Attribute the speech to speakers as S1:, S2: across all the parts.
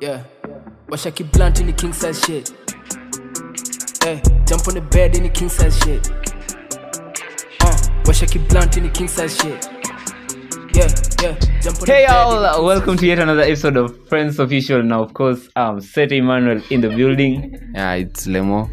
S1: Yeah. Watch I keep blunt in the king size shit. Hey, jump on the bed in the king size shit. Uh, watch I keep blunt in the king size shit. Yeah, yeah, jump on the
S2: Hey
S1: bed in
S2: y'all,
S1: the
S2: uh,
S1: king
S2: welcome
S1: size
S2: to yet another episode of Friends Official. Now, of course, um, Seth Emmanuel in the building.
S3: Yeah, it's Lemo.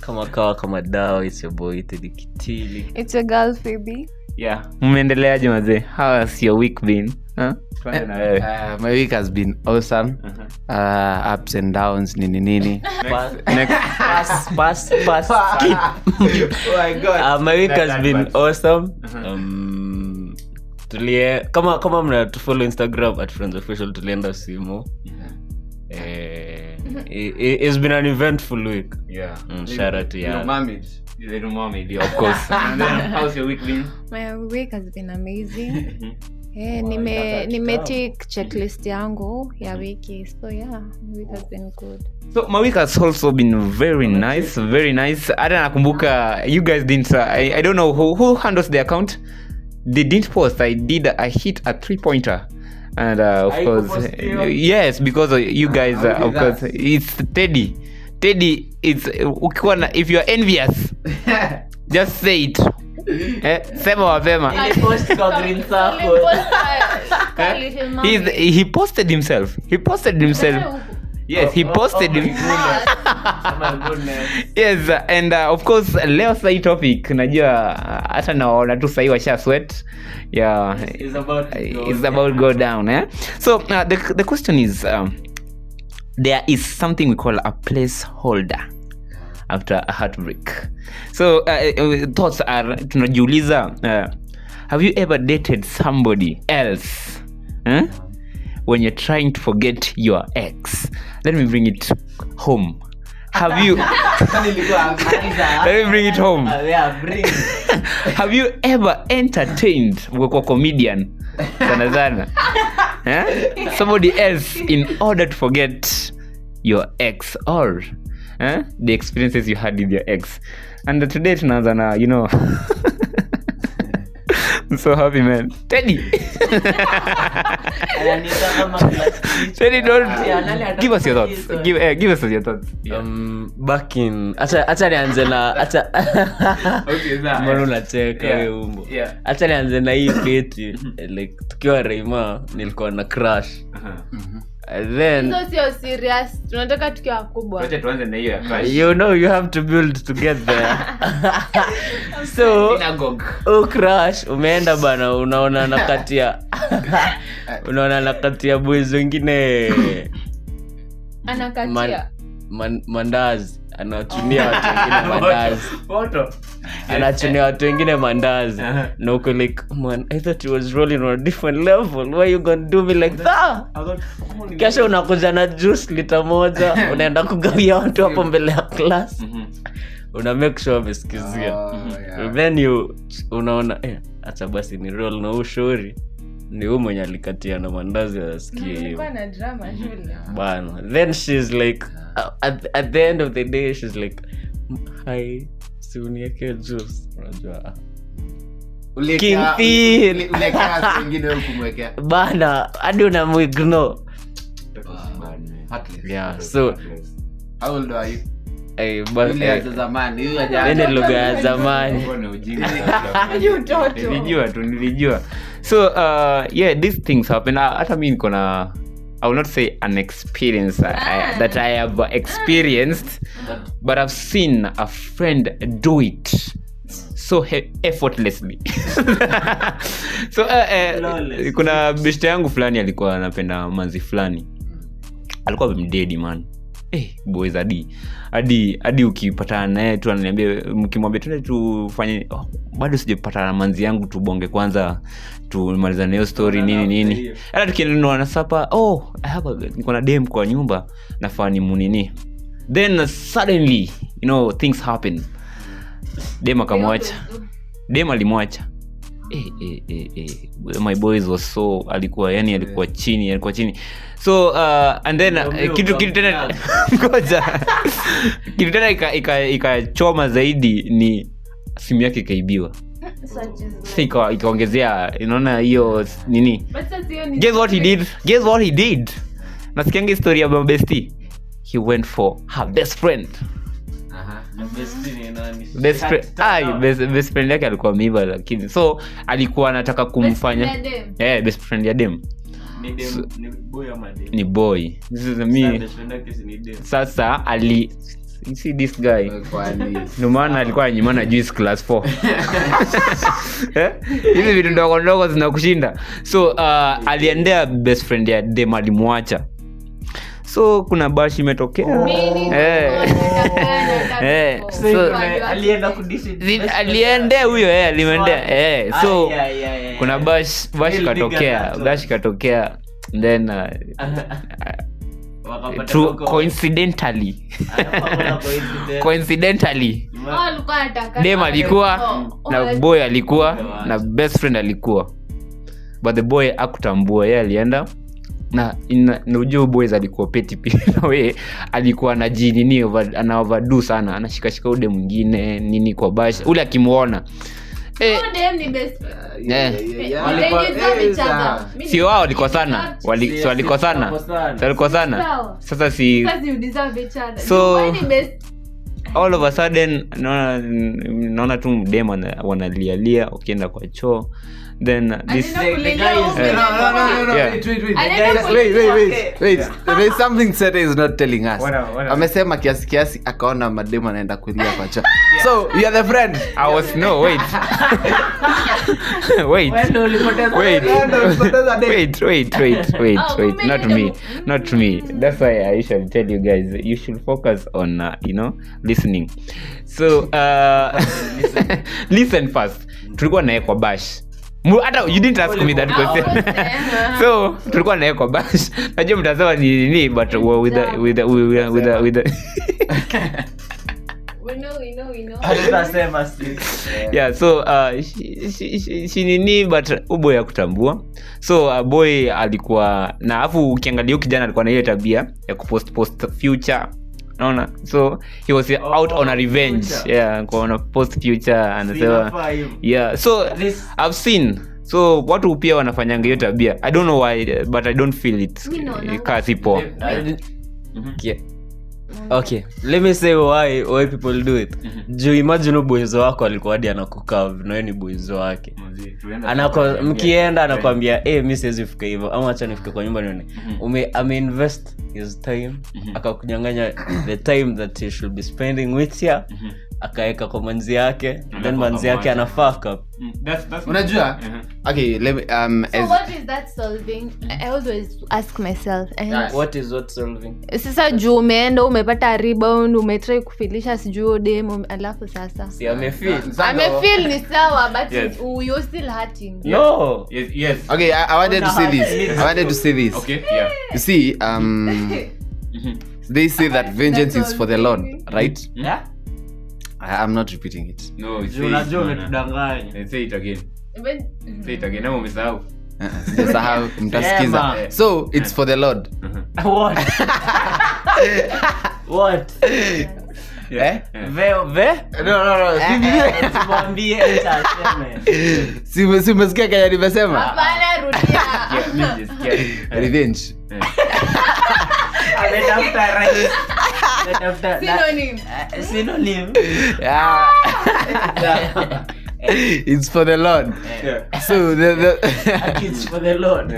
S4: kama kawa kama dawa it's your boy Teddy Kitili.
S5: It's your girl Phoebe.
S2: Yeah, mmeendeleaje mazee? How has your week been? Huh? Tuanze na wewe.
S3: Uh, my week has been awesome.
S2: Uh-huh.
S3: Uh, ups and downs, nini nini.
S4: Pa-
S2: Next,
S4: pass, pass, pass, skip.
S3: oh my god.
S4: Uh, my week
S2: That-
S4: has
S2: that
S4: been
S2: works.
S4: awesome. Um, tulie kama kama mnatufollow instagram at friends official tulienda simo Eh, i- i- it's been an eventful week
S2: yeah.
S4: Mm, shout out to
S2: Little
S4: Yara.
S2: Mermaid. Little Mermaid, yeah, of course. And then, how's your week been?
S5: My week has been amazing.
S2: Mhm.
S5: Eh, nime nimetik checklist yangu ya wiki so yeah my week has been good
S2: so my week has also been very nice very nice hata nakumbuka you guys didn't uh, I, i don't know who, who handles the account they didn't post i did i hit a three pointer and uh, of
S4: Haikupostiwa?
S2: course yes because uh, you guys uh, of course it's teddy teddy it's ukiwa na if you're envious just say it eh, sema mapema He's, he posted himself he posted himself yes he posted himself yes and uh, of course leo sai topic najua uh, hata nawaona tu sahii washa sweat yeah
S4: It's about to go.
S2: it's about go down eh? so uh, the, the question is um, there is something we call a placeholder after a heartbreak so uh, uh, thoughts are tunajiuliza uh, have you ever dated somebody else eh? when you're trying to forget your ex let me bring it home have you let me bring it home have you ever entertained kwa comedian sana sana eh? somebody else in order to forget your ex or eh? the experiences you had with your ex and today tunaanza na you know I'm so happy man Teddy Teddy don't give us your thoughts give, eh, give us your thoughts yeah.
S4: Um, back in acha acha nianze na acha mbona unacheka
S2: Yeah.
S4: we umbo
S2: Yeah. Mm-hmm.
S4: hacha nianze na hii keti like tukiwa reima nilikuwa na crash
S2: Uh-huh.
S4: then
S5: sio serious tunataka tukiwa kubwa
S2: tuanze na hiyo
S4: you know you have to build to get there so u crash umeenda bana unaona nakatia unaona nakatia boys wengine man- man- mandazi anawachunia watu wengine mandazi anachunia watu wengine mandazi na uko like man i thought you was rolling on a different level why you gonna do me like that kesho unakuja na juice lita moja unaenda kugawia watu hapo mbele ya class una make sure amesikizia then you unaona eh, acha basi ni roll na huu shori ni huu mwenye alikatia na mandazi askie hiyo bana then she's like uh, at, at the end of the day she's like hi siuniekee juice unajua King Phil. bana hadi unamwigno yeah so eh, ba- eh, ene lugha ya zamani
S2: nilijua tu nilijua so uh, yeah these things happen Ah, hata mi niko na i will not say an experience I, I, that i have experienced but i've seen a friend do it so he- effortlessly so uh, uh,
S4: Flawless.
S2: kuna beshte yangu fulani alikuwa anapenda manzi fulani alikuwa mdedi man Eh, boys hadi hadi hadi ukipatana naye tu ananiambia mkimwambia tuende tufanye oh, bado sijapatana na manzi yangu tubonge kwanza tumalizane hiyo story nini nini hata tukiendanwa na sapa oh I have a- niko na dem kwa nyumba nafaa ni munini then uh, suddenly you know things happen dem akamwacha dem alimwacha Eh, eh, eh, eh. my boys was so alikuwa yani alikuwa chini alikuwa chini so uh, and then uh,
S4: Eh. Ndio,
S2: kitu kitu tena ngoja kitu tena ikachoma ika, ikachoma zaidi ni simu yake ikaibiwa si ika- ikaongezea inaona hiyo s- nini guess what he did guess what he did nasikianga historia ya mabesti he went for her best friend
S3: Uh-huh.
S2: best, fri- ah, best, best friend yake alikuwa ameiva lakini so alikuwa anataka kumfanya
S5: Best friend ya dem.
S2: Eh, best friend ya dem ni boy This is me. sasa ali you see this guy ndomaana alikuwa anyimana juice class 4 Eh? hizi vitu ndogo ndogo zinakushinda so uh, aliendea best friend ya dem alimwacha so kuna bash imetokea
S5: Meaning,
S2: Eh.
S5: nataka-
S2: Eh,
S5: nataka-
S2: so-
S4: alienda kudishi
S2: Zin- aliendea ah, huyo eh, aliendea eh,
S3: Ah,
S2: so
S4: Ai, ai, ai, ai.
S2: kuna bash bash
S4: Hili nigga
S2: ikatokea
S4: nato.
S2: bash ikatokea then uh,
S4: Wakapata
S2: through
S4: huko.
S2: coincidentally
S4: Hakuna coincidence.
S2: coincidentally
S5: Oh, alikuwa anataka-
S2: dem alikuwa
S5: Oh,
S2: na
S5: oh,
S2: boy alikuwa
S4: Wacha.
S2: na best friend alikuwa but the boy akutambua ye alienda na ina- na ujua huyu boys alikuwa peti pia we alikuwa anajinini over- ana overdue sana anashikashika ude mwingine nini kwa basha ule akimwona eh,
S5: oh, dem ni best-
S2: eh,
S5: They deserve each other. Mimi
S2: si wao walikosana
S4: Si-
S2: Wali-
S4: si-
S2: si walikosana
S4: walikosana.
S2: Si walikosana
S5: Sawa.
S2: sasa si
S5: Because you deserve each other.
S2: So-
S5: You are the best.
S2: all of a sudden naona naona tu mdem wana- wanalialia ukienda kwa choo then uh, this
S5: Anaenda kulilia
S4: guy is-
S5: huko.
S4: No, no,
S2: Yeah.
S5: Anaenda
S3: Wait, wait,
S5: kulilia.
S3: wait, wait. There is something Sarah is not telling us. amesema kiasi kiasi akaona mademu anaenda kulia kwa choo so you are the friend
S2: I was no wait wait wait wait wait wait wait wait
S5: Oh, kumbe
S2: not
S5: ni
S2: me
S5: demo.
S2: not me that's why I usually tell you guys you should focus on uh, you know listening so uh, listen first tulikuwa naye kwa bash Mu- hata you didn't ask me that
S5: Ah, of course,
S2: question
S5: eh,
S2: so tulikuwa naye kwa bash najua mtasema ni nini but we- with the- with the- with the- with the- with the-
S5: we know, we know, we know.
S4: Hatutasema si.
S2: yeah so uh, shi- shi- shi- shinini but uboy ya kutambua so uh, boy alikuwa na afu ukiangalia huyu kijana alikuwa na ile tabia ya kupost post future naona so he was out on a revenge
S4: future.
S2: yeah kwa on a post future anasema
S4: Inafaa hivyo.
S2: yeah so
S4: This-
S2: i've seen so watu pia wanafanyanga hiyo tabia i don't know why but i don't feel it
S5: Mi naonanga-
S2: kaa si poa
S4: Okay. okay let me say why why people do it juu imagine ubwezo wako alikuwa hadi anakukav nawe ni bwezo wake Anako, mkienda anakwambia e mi siwezi fika hivyo ama acha nifike kwa nyumba nione ume ameinvest his time akakunyanganya the time that he should be spending with ya akaeka kwa manzi yake then manzi yake anafaka
S3: unajua okay let me, um,
S5: So
S3: as,
S5: what is that solving? I always ask myself. And
S4: what is what solving
S5: sasa juu umeenda umepata rebound umetrai kufilisha sijui huyo dem alafu sasa
S4: si amefeel
S5: amefil ni sawa but
S2: Yes.
S5: you- you're still hurting
S4: no
S3: okay I, i wanted to say this i wanted to say this you see um they say that vengeance is for the lord right
S2: Yeah?
S3: I, i'm not repeating it
S4: Juu unajua umetudanganya
S3: Uh-uh, sijasahau mtasikiza
S4: Sema.
S3: so it's for the lord
S4: What? What?
S3: eh?
S4: Ve- ve? Tuambie acha aseme.
S3: Si- si umesikia kenya nimesema
S5: Hapana, rudia
S3: revenge
S4: Ametafuta right. Ametafuta- na-
S5: Synonym.
S4: eh, synonym.
S3: Yeah. it's for the lord so the, the
S4: Kids for the Lord.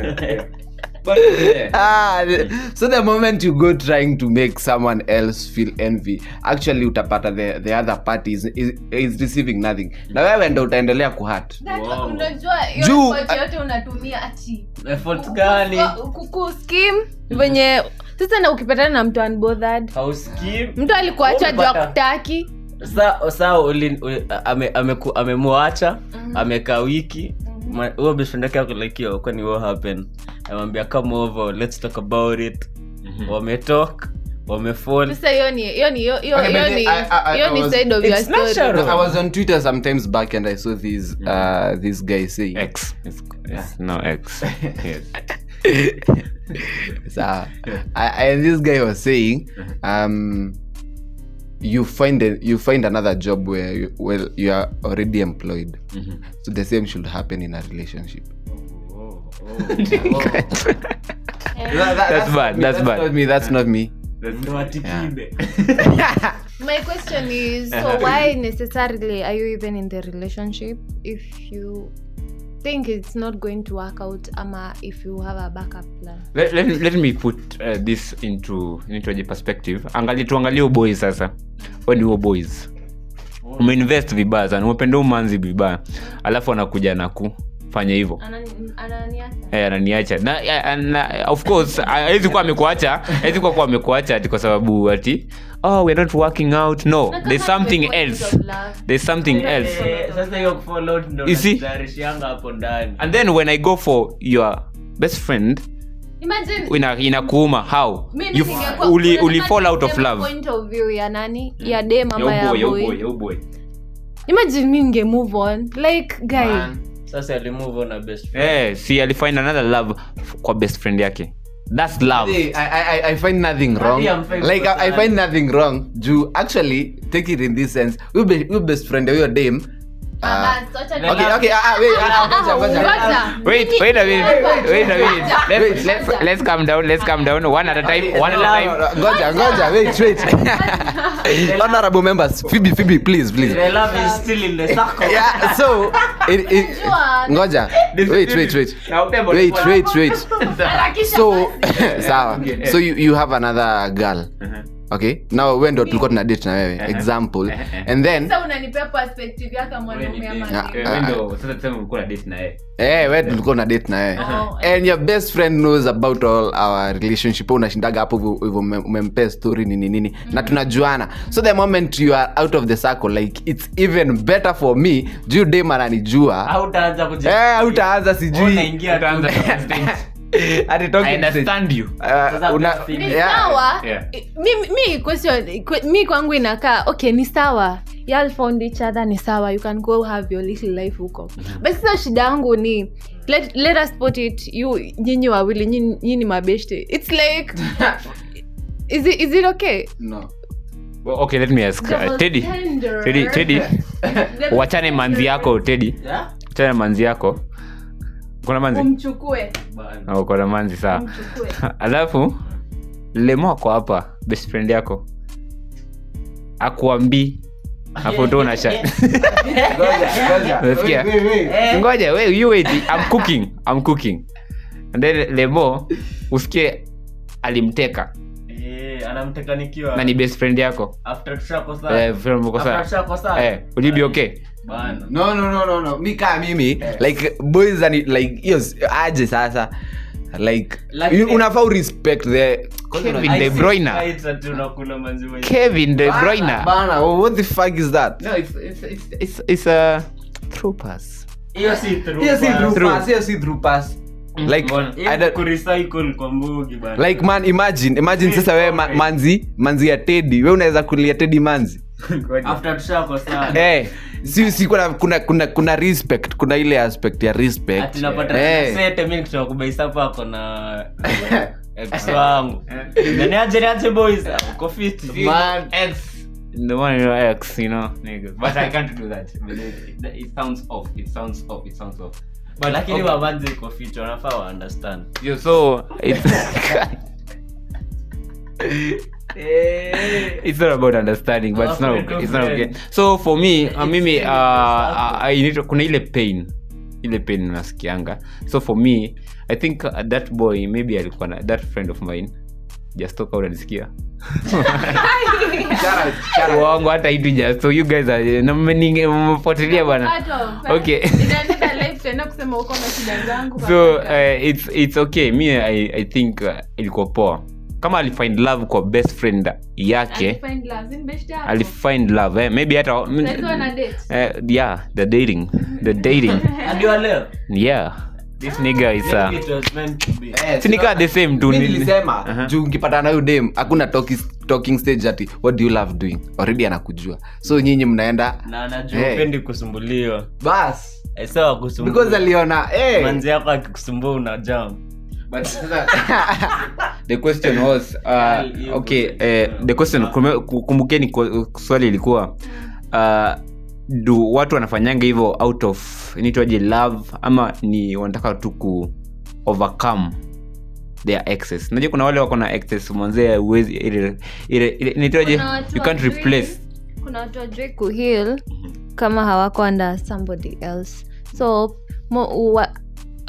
S3: Ah, the- so the moment you go trying to make someone else feel envy actually utapata the, the other party is, is, is receiving nothing na wewe ndo utaendelea kuhat
S5: That-
S4: Wow.
S5: unajua hiyo
S3: Juu- uh,
S5: report yote unatumia ati
S4: Effort gani?
S5: kukuskim venye sasa na ukipatana na mtu unbothered
S4: Hausikii?
S5: mtu alikuacha juu
S4: Umepata.
S5: akutaki
S4: Sa- saa uli- uli- ame- ameku- amemwacha amekaa wiki Ma- huyo beshfriend yake akulekio kwani what happened amwambia come over let's talk about it Mhm. wametalk wamefall
S5: sasa hiyo ni hiyo ni hiyo hiyo
S3: Okay, but
S5: hiyo
S3: the-
S5: ni
S3: I- I- I
S5: hiyo ni
S3: was-
S5: side of your
S4: It's
S5: story
S4: natural.
S3: i was on twitter sometimes back and i saw this, uh, this guy saying
S2: Mm. X. It's, it's no X. Yes.
S3: So, uh, I, and this guy was saying,
S2: Uh-huh.
S3: um, you find a, you find another job where you, well you are already employed.
S2: Mm-hmm.
S3: So the same should happen in a relationship.
S5: Eh,
S3: That- that-
S2: That's bad,
S3: not me,
S2: that's bad.
S3: not me that's not me
S5: My question is
S2: Uh-huh.
S5: so why necessarily are you even in the relationship if you think it's not going to work out ama if you have a backup plan?
S2: let, let, me- let me put uh, this into into a perspective angali tuangalie uboy sasa when uo boys umeinvest vibaya sana umependa umanzi vibaya alafu anakuja na kufanya hivyo Eh, ananiacha na, eh, na of course awezi kuwa amekuacha awezi kuwa kuwa amekuacha ati kwa sababu ati oh we're not working out no
S5: Na kama
S2: there's something
S5: tumekuwa
S2: else
S5: kids of love.
S2: there's something
S5: Eh,
S2: else You see?
S4: hapo ndani
S2: and then when i go for your best friend
S5: Imagine
S2: ina inakuuma how
S5: mimi
S2: you
S5: ningekuwa-
S2: uli,
S5: unataka
S2: uli fall out of
S5: niseme
S2: love Mm.
S5: point of view ya nani ya dem ama
S2: Ya
S5: ya
S2: uboy, ya uboy,
S5: boy
S2: ya uboy.
S5: imagine mi nge move on like guy
S4: sasa alimove on na best friend.
S2: Eh, si alifind another love f- kwa best friend yake thats love
S3: Hey, I, I, I- I find nothing wrong
S4: Hadi hamfai
S3: like I, I
S4: kukosana.
S3: find nothing wrong juu actually take it in this sense we be, we best friend huyo dame
S5: Ah,
S3: uh,
S5: bas, wacha ni-
S3: okay okay ah, ah, wait, ah, ah,
S5: Ah,
S3: ngoja, ngoja.
S5: ngoja.
S2: wait wait a minute wait a minute let's,
S3: Wait.
S2: let's, let's calm down let's calm down one at a time one at a time
S3: Ngoja, ngoja, wait, wait. honorable members phoebe phoebe please please
S4: The love is still in the circle.
S3: yeah so it, it,
S5: Najua.
S3: ngoja wait wait wait wait wait wait
S5: Harakisha
S3: so
S5: basi.
S3: sawa so you, you have another girl okay now we ndo tulikuwa tuna date na wewe example and then
S5: Sasa unanipea perspective yake mwanaume ama
S3: Yeah.
S5: kitu.
S3: Ah,
S2: wait
S3: eh we tulikuwa na date na wewe
S5: Oh.
S3: and your best friend knows about all our relationship Wewe unashindaga hapo hivyo- hivyo ume- umempea story nini nini
S4: Mm.
S3: na tunajuana so the moment you are out of the circle like it's even better for me juu dem ananijua
S4: Hautaanza kuji-
S3: eh utaanza sijui
S4: Unaingia tu.
S3: Ati talking stage.
S4: Sasa
S3: Uh, una-
S4: best friend.
S5: Ni
S3: yeah.
S5: sawa
S2: Yeah.
S5: mi, mi, question, que- mi kwangu inakaa okay ni sawa y'all found each other ni sawa you can go have your little life huko
S2: Mm-hmm.
S5: but sasa shida yangu ni let, let us put it you nyinyi wawili nyinyi nyinyi mabeshte its like is it, is it okay
S3: No.
S2: okay let me ask uh, teddy
S5: Tender.
S2: teddy teddy
S5: Double
S2: wachane manzi yako teddy
S4: Yeah?
S2: wachane manzi yako kuna
S5: Um.
S2: manzi
S5: umchukue
S4: Bana.
S2: oh, kuna manzi sawa
S5: umchukue
S2: alafu lemo ako hapa best friend yako akuambii hapo ndo unasha Unasikia? ngoja we, you wait I'm cooking I'm cooking and then lemo usikie alimteka
S4: Eh, anamtekanikiwa.
S2: na ni best friend yako
S4: After tushakosana.
S2: Eh, friend mko sawa.
S4: After tushakosana.
S2: Eh, will you be okay
S4: Bana.
S3: no no no no no mi kaa mimi like boys ani like hiyo s- aje sasa like,
S4: Like-
S3: you- unafaa urespect the
S2: Kevin
S4: I
S2: De
S4: see
S2: Bruyne.
S4: fights ati unakula manzi wenyewe.
S2: Kevin De Bruyne
S3: Bana, bana, what the fuck is that
S2: no it's it's it's it's, it's a through pass
S4: Hiyo si through
S3: Hiyo si
S4: bana.
S3: through
S2: Through.
S3: pass, hiyo si through pass. Like,
S2: Mbona?
S3: I
S4: Hiyo
S3: don't-
S4: kurecycle kwa mbugi bana.
S3: like man imagine imagine sasa wewe ma- manzi manzi ya tedi we unaweza kulia tedi manzi
S4: After tushakosana.
S3: eh si, si kuna, kuna kuna kuna respect kuna ile aspect ya respect
S4: Ati napata
S3: Eh.
S4: sete mimi nikitoka kubaisa hapa ako na ex wangu. Na ni aje, ni aje boys, Ah, uko fit.
S3: Man.
S2: X the one you know, X you know niggas but I can't do that it, it sounds off it sounds off it sounds off but
S4: lakini
S2: okay.
S4: wamanzi iko fit wanafaa wa understand
S2: Yo, so it's it's not about understanding but it's not okay. it's not okay so for me uh, mimi uh, uh, I need to- kuna ile pain ile pain nasikianga so for me i think uh, that boy maybe alikuwa na that friend of mine jastoka unanisikia wangu hata itu just so you guys are eh, na mmeninge- mmefuatilia bana Okay.
S5: Inaenda live, tutaenda kusema huko na shida zangu
S2: so
S5: kaka.
S2: uh, it's, it's okay mi i, I think uh, ilikuwa poa kama alifind love kwa best friend yake
S5: Alifind love, si ni beshte yako?
S2: alifind love eh? maybe hata
S5: Sasa hizo wana date.
S2: Eh, yeah the dating the dating
S4: adiwa leo
S2: yeah this nigga is uh,
S4: It was meant to be.
S3: Eh,
S2: sinika the same tu
S3: Mi
S2: ni-
S3: nilisema
S2: Aha.
S3: juu ukipatana nayo dem hakuna talki- talking stage ati what do you love doing already anakujua so nyinyi mnaenda
S4: na anajua
S3: Hey.
S4: upendi kusumbuliwa
S3: bas
S4: Eh, sawa
S3: because
S4: kusumbuliwa
S3: aliona eh.
S4: manzi yako akikusumbua una jam
S2: the question was uh,
S4: Yeah,
S2: okay
S3: eh,
S4: yeah.
S2: uh, the question kume- ku- kumbukeni ku- swali ilikuwa uh, do watu wanafanyanga hivyo out of inaitwaje love ama ni wanataka tu ku overcome their excess najua kuna wale wako na excess mwanzee uwezi ile ile ile inaitwaje?
S5: Kuna watu
S2: you can't
S5: wajui.
S2: replace
S5: kuna watu wajui kuhil kama hawako under somebody else so mo, wa,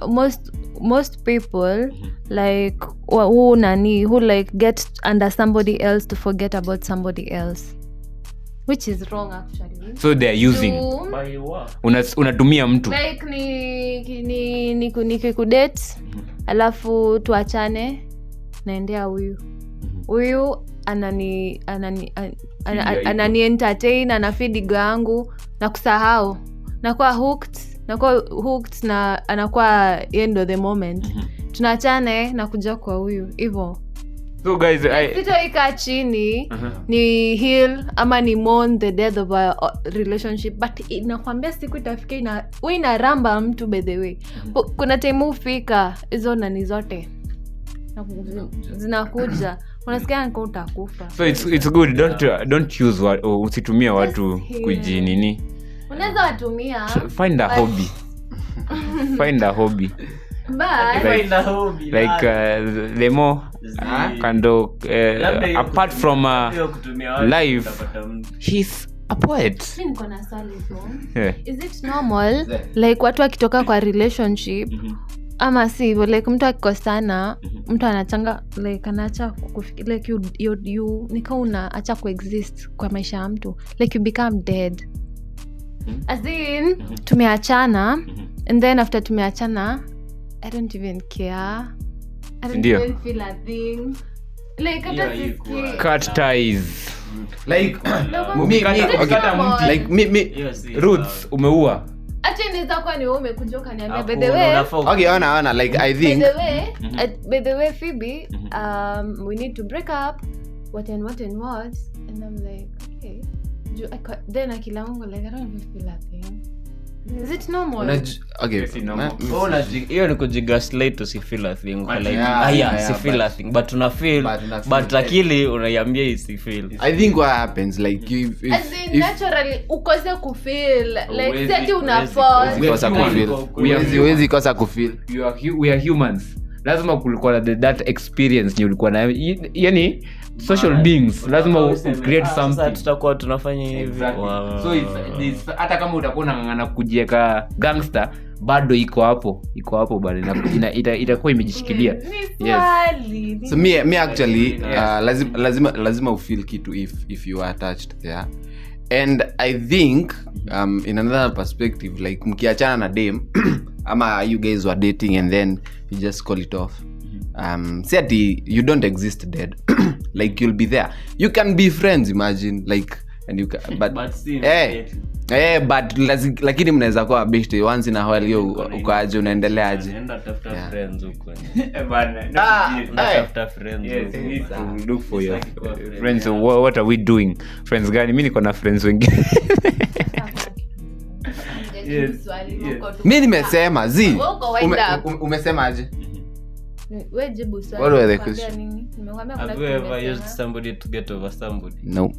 S5: most most people like wa, who nani who like get under somebody else to forget about somebody else which is wrong actually
S2: so they are using
S5: Juu-
S2: Una- unatumia mtu
S5: like ni ki- ni ni, ku- ni kikudate alafu tuachane naendea huyu huyu anani anani an- an-
S2: Fidia
S5: an-
S2: ipo.
S5: anani entertain anafidigo yangu na kusahau nakuwa hooked nakuwa hooked na anakuwa yeye ndo the moment tunaachane na kuja kwa huyu hivyo
S2: so guys I,
S5: sitoikaa chini
S2: Aha.
S5: ni heal ama ni mourn the death of a o- relationship but inakwambia siku itafika ina, we inaramba mtu by the way
S2: Mhm.
S5: Pu- kuna time hufika hizo nani zote na- zi- zinakuja unasikia nika utakufa
S2: so it's, it's good don't, don't use wa, oh, usitumie watu
S5: Yes.
S2: kujinini
S5: unaweza watumia
S2: find a
S5: But-
S2: hobby find a hobby
S5: but
S2: Like- like uh, the more
S4: Zi-
S2: kando uh, apart from uh, life. he's a poet
S5: mi niko na swali though.
S2: yeah.
S5: is it normal like watu wakitoka kwa relationship
S2: Mm-hmm.
S5: ama si hivyo like mtu akikosana mtu anachanga like anaacha kukufiki- like you, you, you nika unaacha kuexist kwa maisha ya mtu like you become dead
S2: Mm-hmm.
S5: as in tumeachana and then after tumeachana i don't even care I don't
S2: Ndio.
S5: even feel a thing like hata sisikii.
S2: cut ties
S3: like
S5: Like,
S3: Mi-
S2: Ukikata-
S5: mi-
S2: ukikata
S5: mi-
S2: mti,
S3: like mi, mi,
S2: roots umeua
S5: hata inaweza kuwa ni wewe umekuja ukaniambia by the way
S3: okay ona ona like i
S5: By
S3: think
S5: the way, uh, by the way, Phoebe, um, we need to break up. What and what and what? And I'm like, okay. Ju- I ca- Then akila mungu like I don't even feel a thing. Is it normal?
S3: Unaj- okay,
S2: Yes, it's normal.
S3: ma-
S4: hiyo ni kujigaslate usifila thing Kwa like,
S3: yeah,
S4: "Ah, yeah,
S3: yeah,
S4: sifila
S3: but-
S4: thing but una feel
S3: but una feel.
S4: but akili unaiambia isifil
S3: i think what happens like if, if,
S5: As in
S3: if
S5: naturally ukose kufeel like
S4: Huwezi-
S5: seti una
S4: huwezi-
S5: fall.
S4: huwezi-
S3: kosa
S2: human.
S3: kufeel.
S2: We are
S3: Huwezi- huwezi kosa kufeel
S2: you are, hu- we are humans lazima kulikuwa na the- that experience nye ulikuwa nayo Y- yani social beings lazima u- u- create
S4: Ah,
S2: something
S4: tutakuwa tunafanya hivi
S2: ah, Exactly.
S4: Wow.
S2: So it's- it's- hata kama utakuwa nang'ang'ana kujieka gangster bado iko hapo iko hapo bado ina- ina- ita- itakuwa imejishikilia
S5: Ni
S2: Yes.
S5: swali.
S3: so me, me actually uh, lazima, lazima, lazima ufeel kitu if, if you are attached there and i think um, in another perspective like mkiachana na dame ama you guys were dating and then you just call it off um, say ati you don't exist dead like you'll be there you can be friends imagine like and you can, but,
S4: But si
S3: eh, eh, but lazi, lakini mnaweza kuwa beshte once in a while hiyo ukaaje unaendeleaje
S4: Naenda tafuta
S3: Yeah.
S4: friends huko.
S3: Ah, eh.
S4: Unatafuta friends huko.
S2: To look for your
S4: like kuwa friend,
S2: friends wha- what are we doing friends gani mi niko na friends wengine
S5: Yes. Swali, uko tu-
S3: mi nimesema zi
S5: Wewe uko wind
S3: ume,
S5: up.
S3: um- umesemaje
S5: Wewe jibu swali,
S3: What were the
S5: nimekwambia
S3: questions?
S5: nini? Nimekwambia kuna
S4: Have
S5: kitu
S4: you ever used
S5: nimesema.
S4: somebody to get over somebody?
S3: no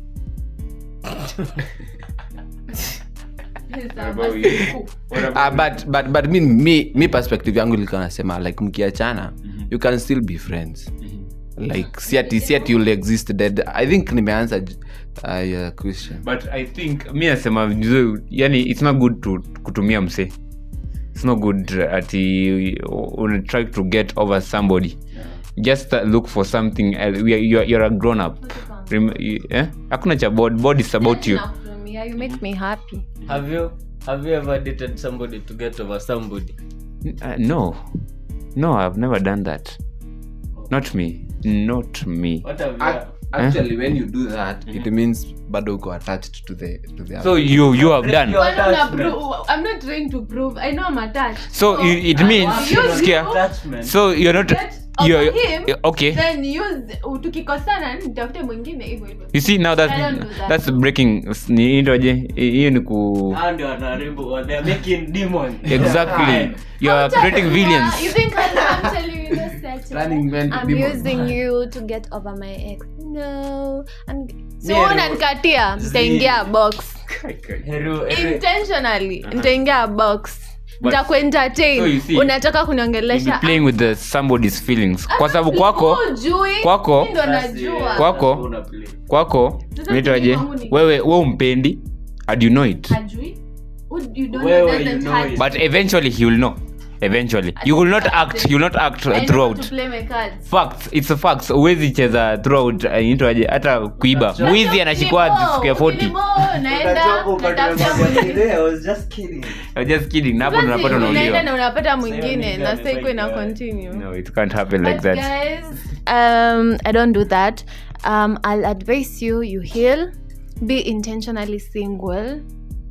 S3: Ah, but, but, but mi, mi, mi perspective yangu ilikuwa nasema like mkiachana
S2: Mhm.
S3: you can still be friends like siati siati you'll exist dead i think nimeansa uh, your question
S2: but i think mi nasema vizuri, yani it's not good to kutumia msee it's not good uh, ati una try to get over somebody just uh, look for something else. We are, you are, you're a grown up Rem- you- eh? hakuna cha bod bod is about you
S5: Nakutumia, you make me happy.
S4: Have you have you ever dated somebody to get over somebody?
S2: uh, no no i've never done that not me not me
S4: What have you?
S2: Eh?
S3: actually when you do that it means bado uko attached to the to the
S2: Mhm. so you you have done
S4: Your
S5: Why don't I
S4: attachment.
S5: prove- I'm not trying to prove. I know I'm attached.
S2: so you, it means
S5: Oh. You- you-
S2: skia
S4: attachment.
S2: so you're not
S5: Get over
S2: you're,
S5: him,
S2: okay
S5: then use tukikosana oh, nitafute mwingine hivyo hivyo.
S2: you see now
S5: I don't do
S2: that's
S5: that.
S2: that's breaking ni indoje hiyo ni ku
S4: And you are honorable, or they are making demons.
S2: exactly you are
S5: Tell-
S2: creating
S5: Yeah, You
S2: villains
S5: think I'm, I'm telling you this setting?
S3: Running man to
S5: I'm
S3: demon.
S5: using you to get over my ex. No. I'm so
S4: Yeah,
S5: unanikatia nitaingia box.
S4: Heru- heru-
S5: Intentionally nitaingia box.
S2: Uh-huh. But- So you
S5: ntakuentertain
S2: see,
S5: unataka
S2: You'll be
S5: kuniongelesha
S2: playing with the somebody's feelings kwa sababu kwako
S5: Hujui,
S2: kwako-
S5: mimi ndo
S4: eh,
S5: najua.
S2: kwako kwako
S5: Sasa
S2: naitwaje
S5: mimi wangu ni-
S2: wewe we umpendi and you know it
S5: Hajui. Would- you don't
S4: Wewe
S5: know that
S4: you
S5: that
S4: know
S5: hard-
S4: it.
S2: but eventually he will know eventually you will not act you will not act
S5: I know to
S2: throughout
S5: play my cards.
S2: facts it's a facts huwezi cheza throughout uh, inaitwaje hata kuiba mwizi anashikwa
S5: Ukinibo,
S2: siku ya 40
S5: ukinibo, naenda natafuta mwingine.
S2: I'm just kidding na hapo
S5: Basi,
S2: unapata
S5: unaenda
S2: unauliwa
S5: na unapata mwingine na sasa iko ina continue
S2: no it can't happen like
S5: But
S2: that
S5: guys, um, I don't do that. Um, I'll advise you: you heal, be intentionally single.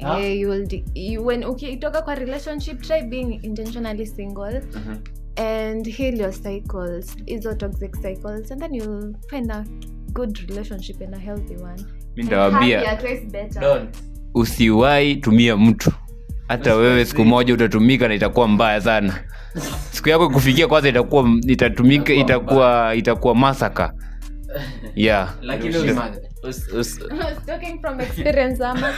S4: Huh?
S5: Eh, you will de- you, when ukitoka kwa relationship try being intentionally single
S2: Mm-hmm.
S5: and heal your cycles hizo toxic cycles and then you'll find a good relationship and a healthy one
S2: mi
S5: And
S2: nitawaambia
S5: have your grace better.
S2: usiwai tumia mtu hata wewe siku moja utatumika na itakuwa mbaya sana siku yako kufikia kwanza itakuwa itatumika itakuwa itakuwa masaka yeah
S4: Lakini
S2: Just-
S4: usi- usi- usi-
S5: I was talking from experience ama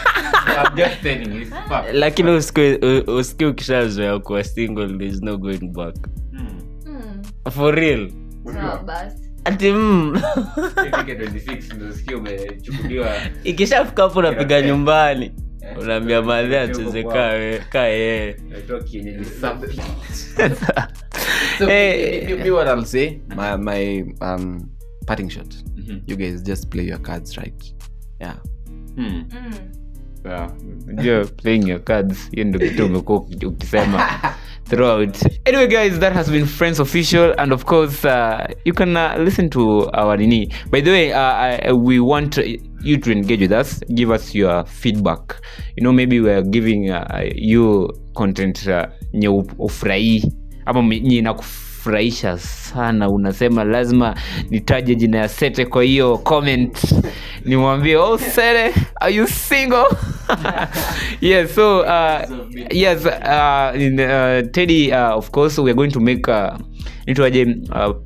S2: I'm just telling you, it's fact.
S4: lakini usiku- u- usiku ukishazoea kuwa single there's no going back
S5: hmm.
S4: for real
S5: sawa basi
S4: ati mm, ikishafika hapo unapiga
S2: Yeah.
S4: nyumbani
S2: Yeah.
S4: unaambia madhe acheze
S2: Kwa-
S4: kaa we- kaa yeye
S3: So,
S2: Eh,
S3: me- me- me what I'll say, my, my um, parting shot.
S2: Mhm.
S3: You guys just play your cards right. Yeah.
S2: Hmm.
S5: mm.
S2: Yeah. Unajua, playing your cards hiyo ndio kitu umekuwa uki- ukisema throughout anyway guys that has been friends official and of course uh, you can uh, listen to our nini by the way uh, I, we want you to engage with us give us your feedback you know maybe weare giving uh, you content uh, nye ufurahii ama nye inakufurahisha sana unasema lazima nitaje jina ya sete kwa hiyo comment nimwambie oh sere are you single yes so uh, yes uh, in, uh, teddy uh, of course we are going to make a nitwaje uh,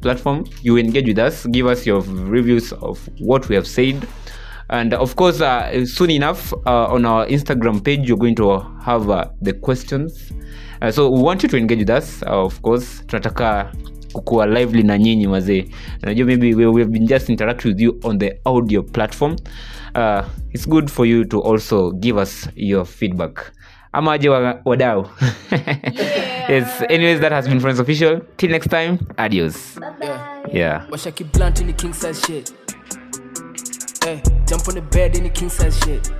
S2: platform you engage with us give us your reviews of what we have said and of course uh, soon enough uh, on our instagram page you're going to have uh, the questions uh, so we want you to engage with us uh, of course tunataka kukuwa lively na nyinyi wazee najua maybe we, we've been just interacting with you on the audio platform uh, it's good for you to also give us your feedback ama aje wa- wadau yes anyways that has been friends official till next time adios yeah
S1: Washa keep blunt in the king size shit. Hey, jump on the bed in the king size shit.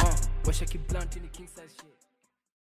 S1: Uh, washa keep blunt in the king size shit.